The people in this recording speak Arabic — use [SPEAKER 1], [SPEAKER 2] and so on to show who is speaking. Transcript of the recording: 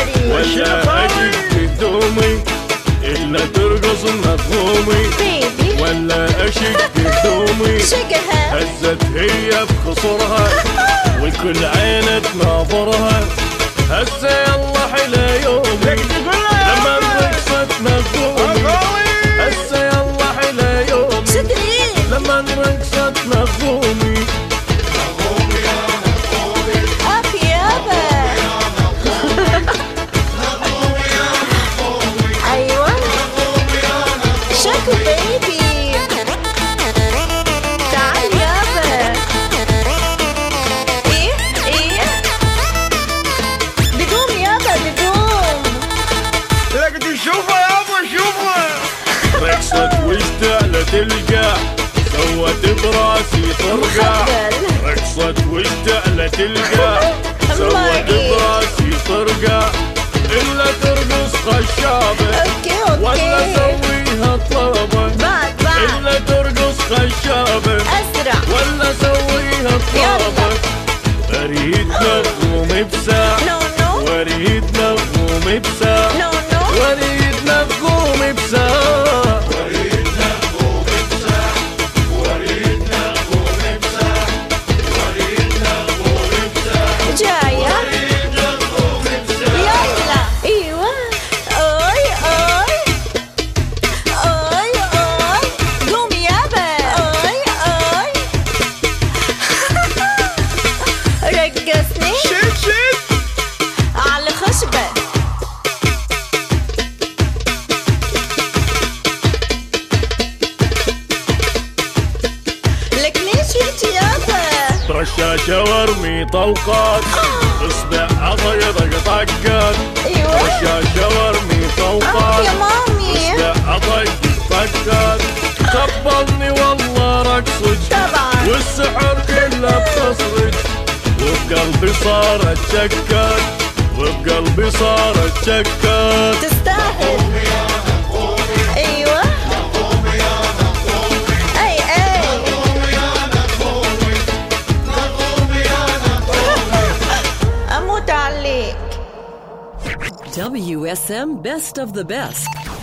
[SPEAKER 1] لا اجيك هدومي الا ترقص مفهومي
[SPEAKER 2] بيبي
[SPEAKER 1] ولا اشك هدومي
[SPEAKER 2] شقها
[SPEAKER 1] هزت هي بخصرها والكل عينة ناظرها هسه يلا حلا يومي لما رقصت مفهومي هسه يلا حلا يومي
[SPEAKER 2] شدري
[SPEAKER 1] لما رقصت مفهومي
[SPEAKER 2] اوف يابا ايوه شكو بيبي تعال يابا ايه ايه بقوم يابا بقوم
[SPEAKER 3] لكن شوفها يا ابو شوفها
[SPEAKER 1] رقصت وجدة لا تلقى سوت براسي طرقع
[SPEAKER 2] مخبل
[SPEAKER 1] رقصت وجدة لا تلقى
[SPEAKER 2] الله
[SPEAKER 1] سوت
[SPEAKER 2] يعينك.
[SPEAKER 1] براسي طرقع إلا ترقص خشابة
[SPEAKER 2] اوكي
[SPEAKER 1] ولا
[SPEAKER 2] اوكي
[SPEAKER 1] سويها طلبة
[SPEAKER 2] بعد بعد
[SPEAKER 1] إلا ترقص خشابة
[SPEAKER 2] اسرع
[SPEAKER 1] ولا سويها طلبة أريد نغمومي بساع
[SPEAKER 2] نو نو
[SPEAKER 1] وأريد نغمومي بساع
[SPEAKER 2] نو نو
[SPEAKER 1] وريد نغمومي بساع
[SPEAKER 2] جاية يلا ايوه اوي اوي اوي اوي قوم يابا اوي اوي رقصني
[SPEAKER 3] شيت شيت
[SPEAKER 2] على الخشبة لك ليش جيت يابا
[SPEAKER 1] رشاشة وارمي طلقات اصبع عطيضك طقات
[SPEAKER 2] ايوه
[SPEAKER 1] رشاشة وارمي
[SPEAKER 2] أوف يا
[SPEAKER 1] طلقات
[SPEAKER 2] مامي
[SPEAKER 1] اصبع عطيضك طقات خبلني والله رقصك
[SPEAKER 2] طبعا
[SPEAKER 1] والسحر كله بخصرك وبقلبي صارت شكات وبقلبي صارت شكات
[SPEAKER 2] تستاهل ايوه اي اي اموت عليك
[SPEAKER 4] WSM Best of the Best.